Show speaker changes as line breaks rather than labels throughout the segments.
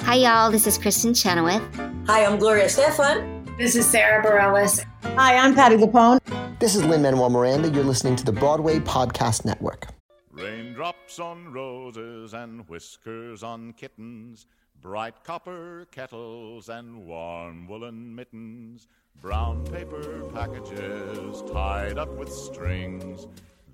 Hi, y'all. This is Kristen Chenoweth.
Hi, I'm Gloria Stefan.
This is Sarah Bareilles.
Hi, I'm Patty Lapone.
This is Lynn Manuel Miranda. You're listening to the Broadway Podcast Network.
Raindrops on roses and whiskers on kittens, bright copper kettles and warm woolen mittens, brown paper packages tied up with strings.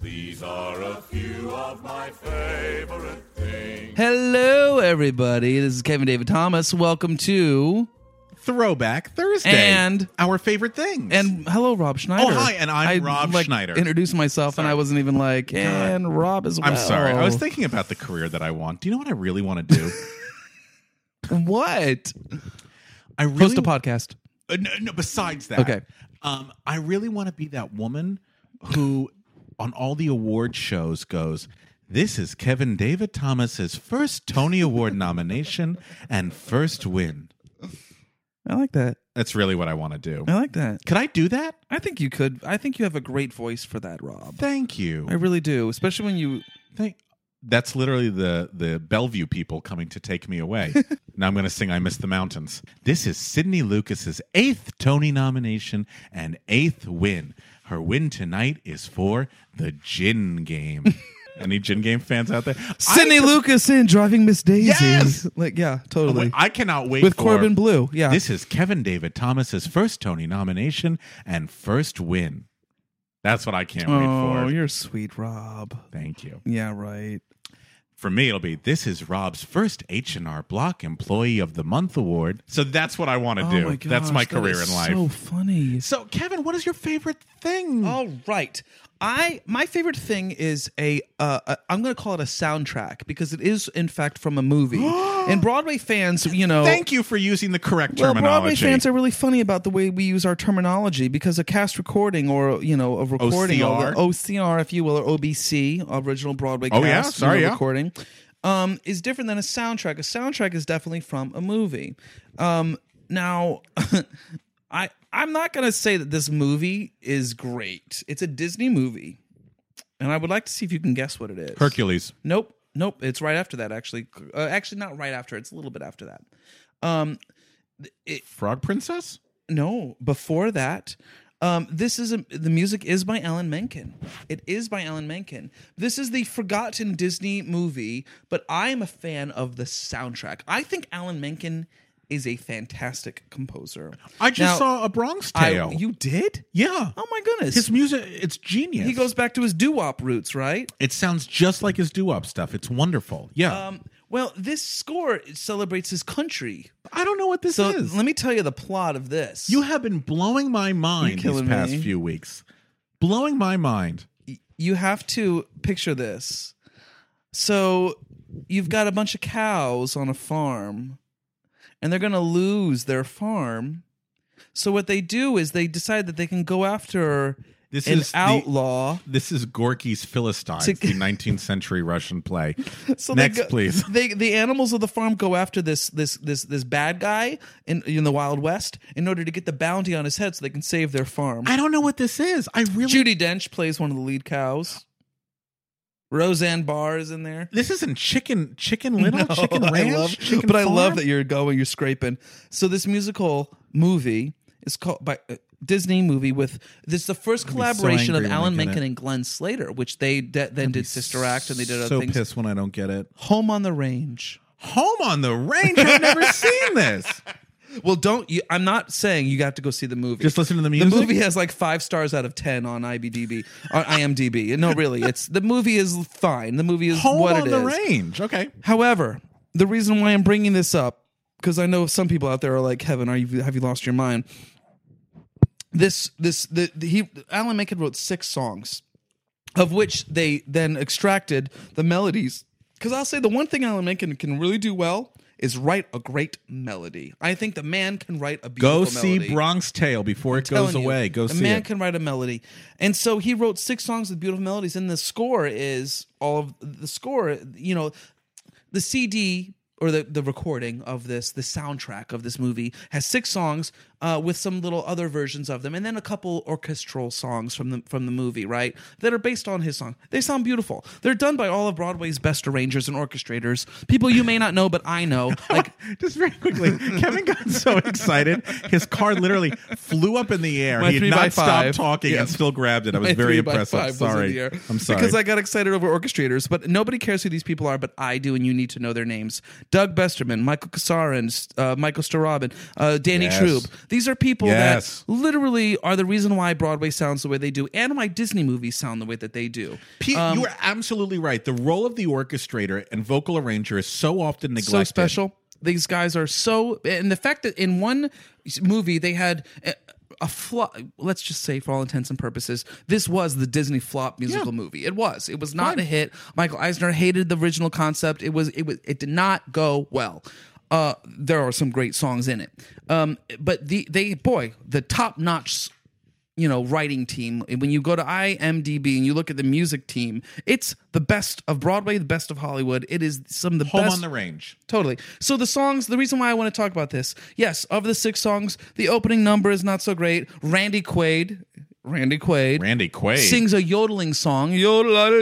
These are a few of my favorite things.
Hello, everybody. This is Kevin David Thomas. Welcome to
Throwback Thursday.
And-
our favorite things.
and hello, Rob Schneider.
Oh, hi, and I'm
I,
Rob
like,
Schneider.
Introduced myself, and I wasn't even like, and Rob as well.
I'm sorry. I was thinking about the career that I want. Do you know what I really want to do?
what?
I really
Host a podcast.
Uh, No, no, besides that.
Okay.
Um, I really want to be that woman who on all the award shows goes, This is Kevin David Thomas's first Tony Award nomination and first win.
I like that.
That's really what I want to do.
I like that.
Could I do that?
I think you could. I think you have a great voice for that, Rob.
Thank you.
I really do, especially when you.
Thank- that's literally the the Bellevue people coming to take me away. now I'm going to sing "I Miss the Mountains." This is Sydney Lucas's eighth Tony nomination and eighth win. Her win tonight is for the Gin Game. Any Gin Game fans out there?
Sydney Lucas in Driving Miss Daisy.
Yes!
Like, yeah,
I,
totally.
I cannot Oh, wait
With
for-
Corbin Blue. Yeah.
This is Kevin David Thomas's first Tony nomination and first win. That's what I can't
oh,
wait for.
you're sweet, Rob.
Thank you.
Yeah, right.
For me, it'll be this is Rob's first H and R Block Employee of the Month award. So that's what I want to
oh
do.
my
that's my
gosh, that
career
is
in life.
So Oh, funny.
So, Kevin, what is your favorite thing?
All right. I my favorite thing is a uh, a I'm going to call it a soundtrack because it is in fact from a movie. and Broadway fans, you know,
Thank you for using the correct
well, Broadway
terminology.
fans are really funny about the way we use our terminology because a cast recording or you know a recording
OCR?
or OCR if you will or OBC original Broadway
Oh,
cast
yeah?
you know,
Sorry, yeah.
recording um, is different than a soundtrack. A soundtrack is definitely from a movie. Um, now, I I'm not gonna say that this movie is great. It's a Disney movie, and I would like to see if you can guess what it is.
Hercules.
Nope. Nope. It's right after that, actually. Uh, actually, not right after. It's a little bit after that. Um,
Frog Princess?
no, before that. Um, this is a, the music is by Alan Menken. It is by Alan Menken. This is the forgotten Disney movie, but I am a fan of the soundtrack. I think Alan Menken is a fantastic composer.
I just
Now,
saw a Bronx
I-
Tale.
you did?
yeah.
Oh my goodness!
His music, it's genius.
he goes back to his doo wop roots, right?
it sounds just like his doo wop stuff. It's wonderful. Yeah.
Um, well, this score celebrates his country.
I don't know what this
So
is.
let me tell you the plot of this.
you have been blowing my mind these
killing
past
me.
few weeks. Blowing my mind.
you have to picture this. So you've got a bunch of cows on a farm and they're going to lose their farm. So what they do is they decide that they can go after
This
an
is the-
outlaw.
This is Gorky's Philistines,
To-
the 19th century Russian play.
So they
Next,
go-
please.
They the animals of the farm go after this this this this bad guy in in the Wild West in order to get the bounty on his head so they can save their farm.
I don't know what this is. I really.
Judy Dench plays one of the lead cows. Roseanne Barr is in there.
This isn't chicken, chicken little, chicken
No,
ranch.
I love,
chicken
but I love
farm?
that you're going, you're scraping. So this musical movie is called by uh, Disney movie with this is the first
be so
collaboration
angry
of
when I
Alan
get
Menken
it.
and Glenn Slater, which they de- then did Sister Act and they did other
so
things.
pissed when I don't get it.
Home on the Range.
Home on the range. I've never seen this.
Well, don't you? I'm not saying you got to go see the movie.
Just listen to the
The
music.
movie has like five stars out of ten on IBDb, on IMDb. No, really, it's the movie is fine. The movie is
Home
what
on
it
the
is.
range. Okay.
However, the reason why I'm bringing this up because I know some people out there are like, "Kevin, are you have you lost your mind?" This this the, the he Alan Menken wrote six songs, of which they then extracted the melodies. Because I'll say the one thing Alan Menken can really do well is write a great melody. I think the man can write a
Go
beautiful
see
melody
Bronx Tale before it
telling
goes away.
You,
Go
a
see
man
it.
can write a melody, and so he wrote six songs with beautiful melodies. And the score is all of the score. You know, the CD or the the recording of this, the soundtrack of this movie has six songs. uh, with some little other versions of them, and then a couple orchestral songs from the from the movie, right? That are based on his song. They sound beautiful. They're done by all of Broadway's best arrangers and orchestrators, people you may not know, but I know. Like
Just very quickly, Kevin got so excited, his car literally flew up in the air.
My
he
three
had
by
not
five.
stopped talking
Yeah.
and still grabbed it. I was
my
very
three by
impressed. I'm
five was in the
sorry.
air.
I'm sorry.
Because I got excited over orchestrators, but nobody cares who these people are, but I do, and you need to know their names. Doug Besterman, Michael Kasarin, uh, Michael Starobin, uh, Danny
Yes.
Troop. These are people
Yes.
that literally are the reason why Broadway sounds the way they do and why Disney movies sound the way that they do.
Pete, you are absolutely right. The role of the orchestrator and vocal arranger is so often neglected.
so special. These guys are so, and the fact that in one movie they had a, a flop. Let's just say, for all intents and purposes, this was the Disney flop musical movie. It was. It was not a hit. Michael Eisner hated the original concept. It was. It was. It did not go well. Uh, there are some great songs in it, um, but the they boy the top notch you know writing team when you go to imdb and you look at the music team it's the best of broadway the best of hollywood it is some of the
Home
best
on the range.
Totally. So the songs, the reason why I want to talk about this, yes, of the six songs, the opening number is not so great. Randy Quaid, Randy Quaid,
Randy Quaid.
sings a yodeling song,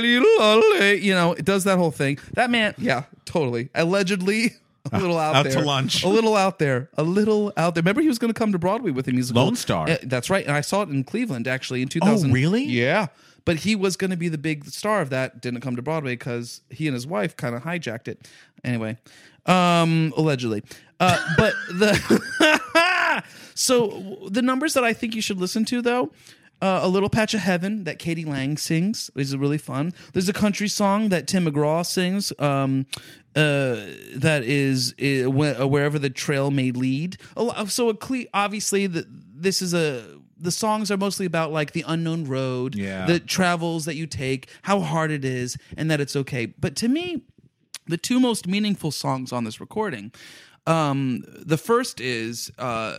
yodelalilale, you know, it does that whole thing. That man, yeah, totally. Allegedly. A little out,
Out to
there.
lunch.
A little out there. A little out there. Remember, he was going to come to Broadway with a musical.
Lone Star.
Uh, that's right. And I saw it in Cleveland actually in 2000.
really?
Yeah. But he was going to be the big star of that. Didn't come to Broadway because he and his wife kind of hijacked it. Anyway, um, allegedly. Uh, but the so w- the numbers that I think you should listen to though. Uh, a little patch of heaven that Katie Lang sings is really fun. There's a country song that Tim McGraw sings. Um, uh, that is uh, wh- uh, wherever the trail may lead. A lo- So a cle- obviously the, this is a the songs are mostly about like the unknown road,
Yeah.
the travels that you take, how hard it is, and that it's okay. But to me, the two most meaningful songs on this recording. Um, the first is uh,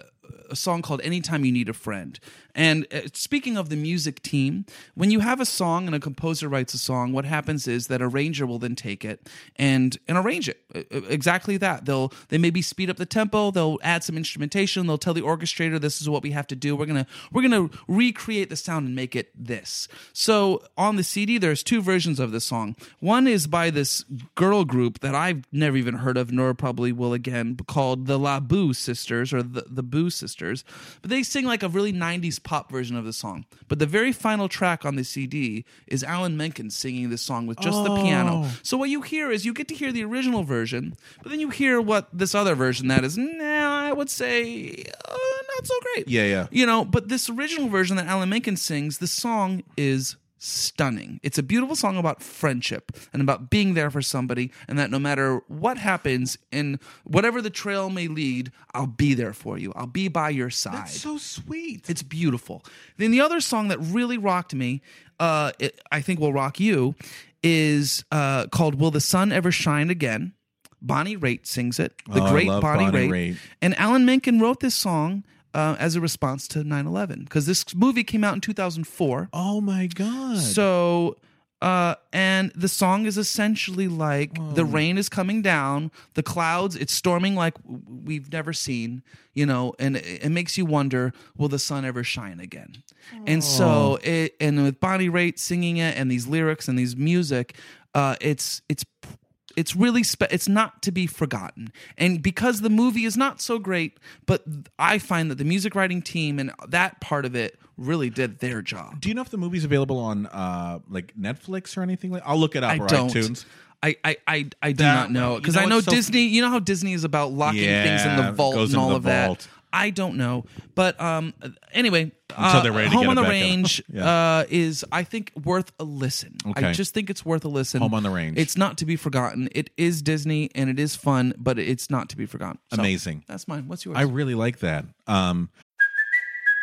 a song called "Anytime You Need a Friend." And uh, speaking of the music team, when you have a song and a composer writes a song, what happens is that arranger will then take it and and arrange it Uh, uh, exactly that. They'll they maybe speed up the tempo, they'll add some instrumentation, they'll tell the orchestrator this is what we have to do. We're gonna we're gonna recreate the sound and make it this. So on the CD, there's two versions of this song. One is by this girl group that I've never even heard of, nor probably will again, called the La Boo Sisters or the, the Boo Sisters. But they sing like a really 90s pop version of the song. But the very final track on the CD is Alan Menken singing this song with just the piano. So what you hear is you get to hear the original version, but then you hear what this other version that is now I would say uh, not so great.
Yeah, yeah.
You know, but this original version that Alan Menken sings, the song is stunning. It's a beautiful song about friendship and about being there for somebody, and that no matter what happens and whatever the trail may lead, I'll be there for you. I'll be by your side.
so sweet.
It's beautiful. Then the other song that really rocked me, uh, it, I think will rock you, is uh, called "Will the Sun Ever Shine Again." Bonnie Raitt sings it. The
Oh, I
great
love
Bonnie,
Bonnie
Raitt.
Raitt.
And Alan Menken wrote this song uh, as a response to 9/11 because this movie came out in 2004.
Oh my god.
So, uh, and the song is essentially like the rain is coming down, the clouds, it's storming like w- we've never seen, you know, and it, it makes you wonder, will the sun ever shine again? And so it, and with Bonnie Raitt singing it and these lyrics and these music, uh, it's, it's, it's really spe- it's not to be forgotten and because the movie is not so great but i find that the music writing team and that part of it really did their job
do you know if the movie's available on uh like Netflix or anything like? I'll look it up
I
or
don't.
iTunes.
I, I, I, I do
That-
not know
you
because
know
I know
what's so-
Disney. you know how Disney is about locking things in
Yeah,
the vault
goes
and
into
all
the
of that.
vault.
I don't know, but um, anyway, uh,
they're ready to
Home
get
on
it
the
back in.
Range
Yeah.
uh, is I think worth a listen. I
Okay.
just think it's worth a listen.
Home on the Range.
It's not to be forgotten. It is Disney and it is fun, but it's not to be forgotten. So,
Amazing.
That's mine. What's yours?
I really like that. Um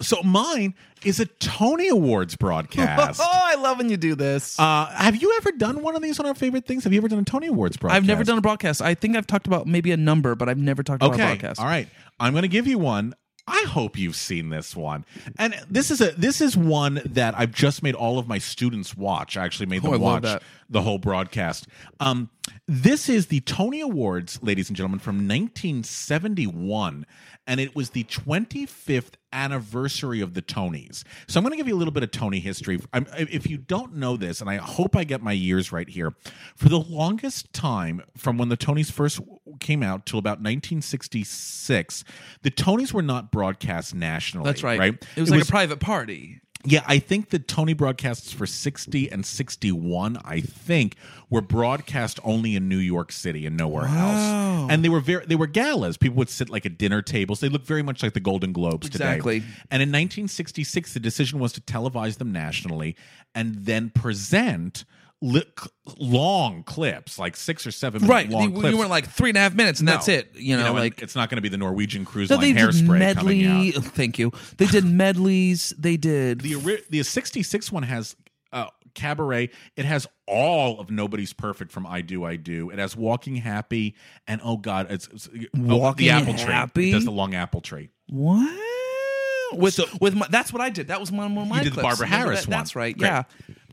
So mine is a Tony Awards broadcast.
Oh, I love when you do this.
Uh, have you ever done one of these on our favorite things? Have you ever done a Tony Awards broadcast?
I've never done a broadcast. I think I've talked about maybe a number, but I've never talked about a
Okay.
broadcast.
All right. I'm going to give you one. I hope you've seen this one. And this is a this is one that I've just made all of my students watch. I actually made them
Oh, I love
watch
that.
the whole broadcast. Um, this is the Tony Awards, ladies and gentlemen, from 1971, and it was the 25th anniversary of the Tonys. So I'm going to give you a little bit of Tony history. I'm, if you don't know this, and I hope I get my years right here, for the longest time from when the Tonys first came out till about 1966, the Tonys were not broadcast nationally.
That's right.
Right.
It was like a private party.
Yeah, I think the Tony broadcasts for 60 and 61, I think, were broadcast only in New York City and nowhere else. And they were very they were galas. People would sit like at dinner tables. They look very much like the Golden Globes
Exactly.
today. And in 1966, the decision was to televise them nationally and then present li- c- long clips, like six or seven minute
Right.
long
You,
clips.
you went like three and a half minutes, and
No.
that's it. You know,
and
like
it's not going to be the Norwegian cruise
So
line hairspray coming out.
medley- Thank you. They did medleys. They did.
the ori- the 66 one has uh, cabaret it has all of nobody's perfect from i do i do it has walking happy and oh god it's, it's oh,
Walking
the apple tree
Happy?
it does the long apple tree
what? With
So-
with my, that's what I did. That was one of my.
you did the
clips.
Barbara
Remember
Harris
that?
one.
That's right.
Great.
Yeah.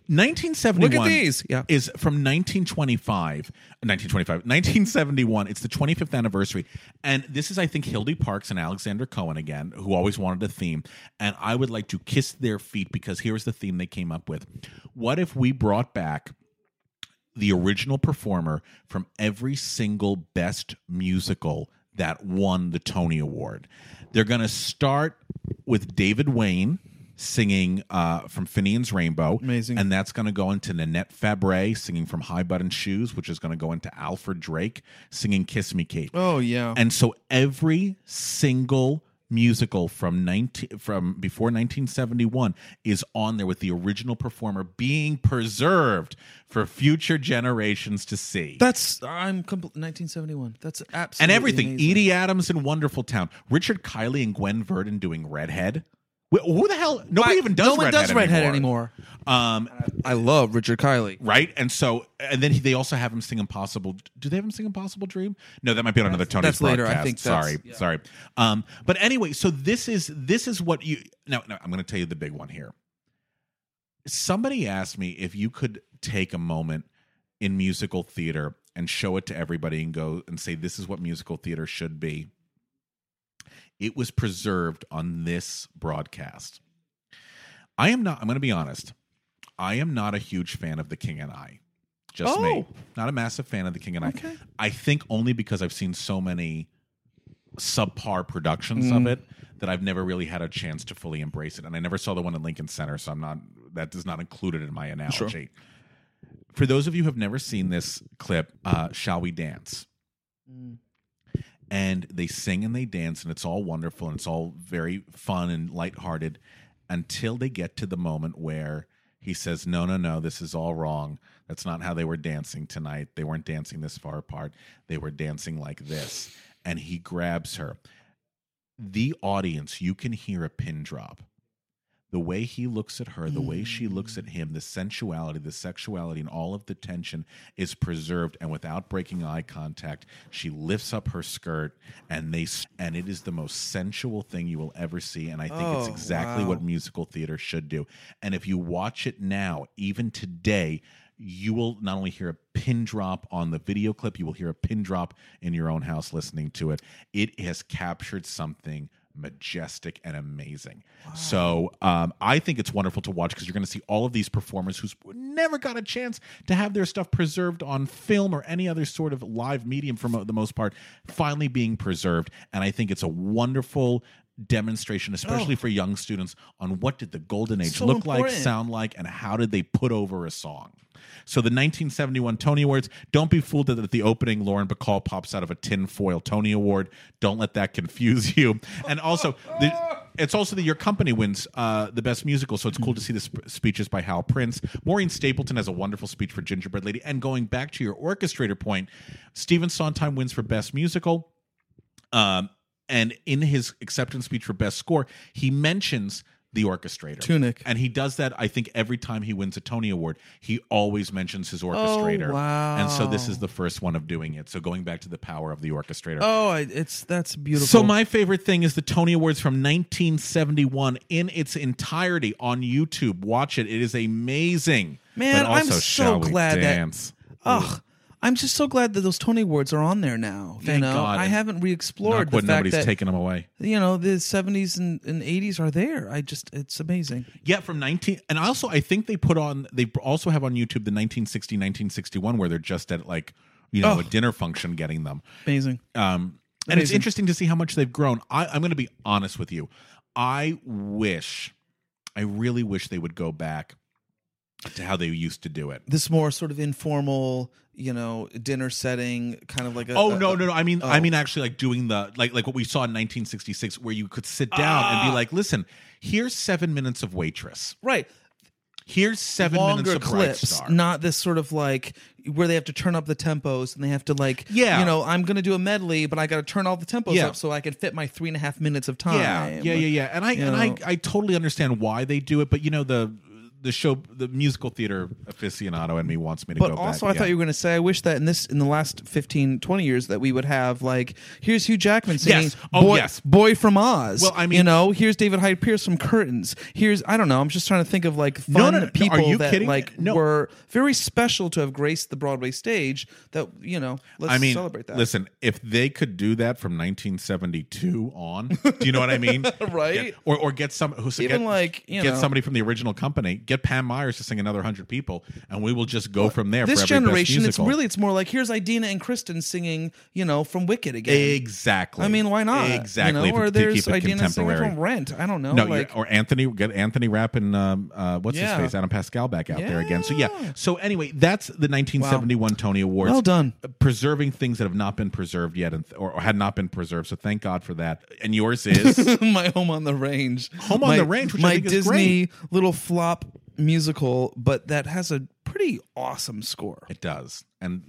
1971
Look at these. Yeah.
is from 1925 1925 1971 it's the 25th anniversary and this is i think hildy parks and alexander cohen again who always wanted a theme and i would like to kiss their feet because here's the theme they came up with what if we brought back the original performer from every single best musical that won the Tony Award. They're going to start with David Wayne singing uh, from Finian's Rainbow.
Amazing.
And that's going to go into Nanette Fabre singing from High Button Shoes, which is going to go into Alfred Drake singing Kiss Me Kate.
Oh yeah.
And so every single musical from 19 from before 1971 is on there with the original performer being preserved for future generations to see.
that's I'm compl- 1971. That's absolutely
and everything.
amazing.
Edie Adams in Wonderful Town, Richard Kiley and Gwen Verdon doing Redhead. Wh- Who the hell? Nobody
Why-
even does
no one
Redhead
does redhead
anymore.
anymore.
Um,
I love Richard Kiley.
right? And so, and then he, they also have him sing "Impossible." Do they have him sing "Impossible Dream"? No, that might be on another Tony's
that's
broadcast.
later. I think that's-
sorry, sorry. Um, but anyway, so this is this is what you. No, no, I'm going to tell you the big one here. Somebody asked me if you could take a moment in musical theater and show it to everybody and go and say this is what musical theater should be. It was preserved on this broadcast. I am not. I'm going to be honest. I am not a huge fan of The King and I. Just me.
Oh.
Not a massive fan of The King and
Okay.
I. I think only because I've seen so many subpar productions of
Mm.
it that I've never really had a chance to fully embrace it. And I never saw the one in Lincoln Center, so I'm not. That is not included in my analogy. For those of you who have never seen this clip, uh, "Shall We Dance." and they sing and they dance and it's all wonderful and it's all very fun and lighthearted until they get to the moment where he says no no no this is all wrong that's not how they were dancing tonight they weren't dancing this far apart they were dancing like this and he grabs her the audience you can hear a pin drop the way he looks at her, the way she looks at him, the sensuality, the sexuality, and all of the tension is preserved. And without breaking eye contact, she lifts up her skirt, and they s- and it is the most sensual thing you will ever see. And I think it's
Oh,
exactly
wow.
what musical theater should do. And if you watch it now, even today. You will not only hear a pin drop on the video clip, you will hear a pin drop in your own house listening to it. It has captured something majestic and amazing. So um, I think it's wonderful to watch because you're going to see all of these performers who's never got a chance to have their stuff preserved on film or any other sort of live medium for mo- the most part, finally being preserved. And I think it's a wonderful demonstration, especially for young students, on what did the golden age
Oh. So
look like,
important.
sound like, and how did they put over a song. So the 1971 Tony Awards. Don't be fooled that at the opening Lauren Bacall pops out of a tinfoil Tony Award. Don't let that confuse you. And also, the, it's also that your company wins uh, the best musical. So it's cool to see the sp- speeches by Hal Prince. Maureen Stapleton has a wonderful speech for Gingerbread Lady. And going back to your orchestrator point, Stephen Sondheim wins for best musical. Um, And in his acceptance speech for best score, he mentions the orchestrator.
Tunic.
And he does that, I think, every time he wins a Tony Award. He always mentions his orchestrator.
Oh, wow.
And so this is the first one of doing it. So going back to the power of the orchestrator.
Oh, I- it's that's beautiful.
So my favorite thing is the Tony Awards from 1971 in its entirety on YouTube. Watch it; it is amazing.
Man,
But
I'm
also,
so
shall we
glad that-
dance?
Ugh. I'm just so glad that those Tony Awards are on there now. You
Thank
know,
God.
I haven't
Knock
re-explored the
wood,
fact
nobody's
that
taking them away.
you know the 70s and, and 80s are there. I just it's amazing.
Yeah, from 19 and also I think they put on they also have on YouTube the 1960 1961 where they're just at like, you know,
Oh.
a dinner function getting them.
Amazing.
Um, and it's
Amazing.
interesting to see how much they've grown. I, I'm going to be honest with you. I wish, I really wish they would go back to how they used to do it.
This more sort of informal, you know, dinner setting, kind of like a
Oh
a-
no, no, no! I mean, I
oh.
mean, actually, like doing the like, like what we saw in 1966, where you could sit down and
Ah.
be like, "Listen, here's seven minutes of waitress.
right.
Here's seven
Longer
minutes of Bright
clips,
Star."
not this sort of like where they have to turn up the tempos and they have to like,
Yeah.
you know, I'm gonna do a medley, but I got to turn all the tempos
Yeah.
up so I can fit my three and a half minutes of time.
yeah, yeah, yeah, yeah. And I
You
and
know.
I I totally understand why they do it, but you know the the show, the musical theater aficionado in me wants me to
But
go
also,
back.
I thought
yeah.
you were going to say, I wish that in this, in the last 15, 20 years, that we would have like, here's Hugh Jackman singing,
Yes. Oh,
boy,
yes.
boy from Oz.
Well, I
you
mean-
know, here's David Hyde Pierce from Curtains. Here's, I don't know, I'm just trying to think of like fun
No, no, no, no,
people
are you
that
kidding?
like
No.
were very special to have graced the Broadway stage. That you know, let's
I mean,
celebrate that.
listen, if they could do that from 1972 on, do you know what I mean?
Right.
Get- or or get some who's
Even
get,
like, you
get
know.
somebody from the original company, get Pam Myers to sing another hundred people, and we will just go from there.
this
for every Best
generation, it's
Musical.
really, it's more like here's Idina and Kristen singing, you know, from Wicked again.
exactly.
I mean, why not? You
Exactly.
know,
if-
or
to keep it
there's Idina singing
contemporary.
from Rent. I don't know.
No,
Oh, like,
yeah, or Anthony get Anthony Rapp and um, uh, what's
Yeah.
his face Adam Pascal back out there again. So
Yeah.
yeah. So anyway, that's the 1971 Tony Awards. Uh,
Well done.
Preserving things that have not been preserved yet, and or, or had not been preserved. So thank God for that. And yours is
my Home on the Range.
Home on
My-
the Range, which I
my
think is
Disney little flop musical, but that has a pretty awesome score.
it does. And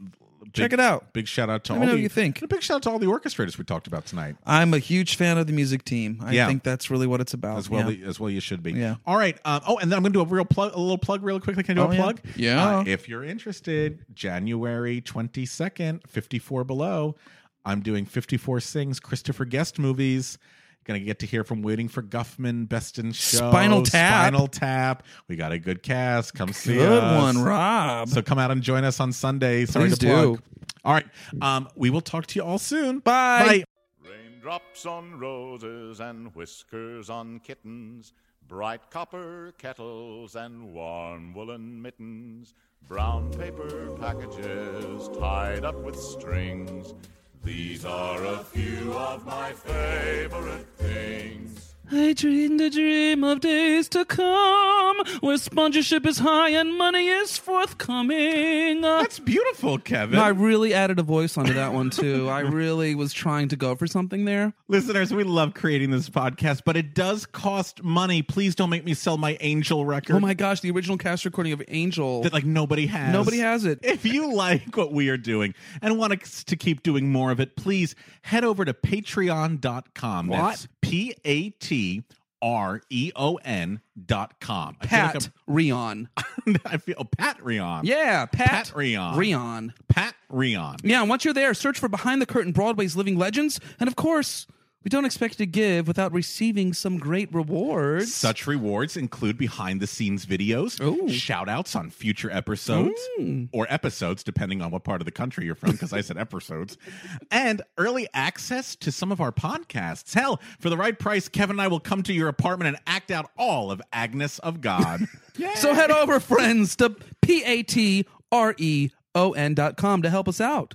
big-
Check it out.
Big shout out to
Let
all
me know
the,
what you think.
and a big shout out to all the orchestrators we talked about tonight.
I'm a huge fan of the music team. I
Yeah.
think that's really what it's about.
as well
yeah.
as well you should be.
Yeah.
All right. Um, oh, and then I'm going to do a real plug, a little plug, real quickly. Can I do
Oh,
a
yeah.
plug?
Yeah.
Uh, if you're interested, January 22nd, 54 below. I'm doing 54 sings Christopher Guest movies. Gonna get to hear from Waiting for Guffman, Best in Show,
Spinal Tap.
Spinal Tap. We got a good cast. Come see
Good
us.
one, Rob.
So come out and join us on Sunday. Sorry
Please
to
do.
plug. All right. Um, we will talk to you all soon.
Bye.
Bye.
Raindrops on roses and whiskers on kittens, bright copper kettles and warm woolen mittens, brown paper packages tied up with strings. These are a few of my favorite things.
I dreamed a dream of days to come where sponsorship is high and money is forthcoming.
That's beautiful, Kevin.
I really added a voice onto that one too. I really was trying to go for something there.
Listeners, we love creating this podcast, but it does cost money. Please don't make me sell my Angel record
Oh my gosh, the original cast recording of Angel.
that like nobody has.
Nobody has it.
If you like what we are doing and want us to keep doing more of it, please head over to patreon.com.
What?
That's P A T R E O N dot com. I feel like
Pat Rion.
I'm- I feel oh, Patreon.
Yeah, Pat,
Rion.
Rion.
Patreon.
Yeah, and once you're there, search for Behind the Curtain Broadway's Living Legends. And of course, we don't expect you to give without receiving some great rewards.
Such rewards include behind the scenes videos,
Ooh. Mm.
shout outs on future episodes or episodes, depending on what part of the country you're from, because I said episodes, and early access to some of our podcasts. Hell, for the right price, Kevin and I will come to your apartment and act out all of Agnes of God.
So head over, friends, to P A T R E O N dot com to help us out.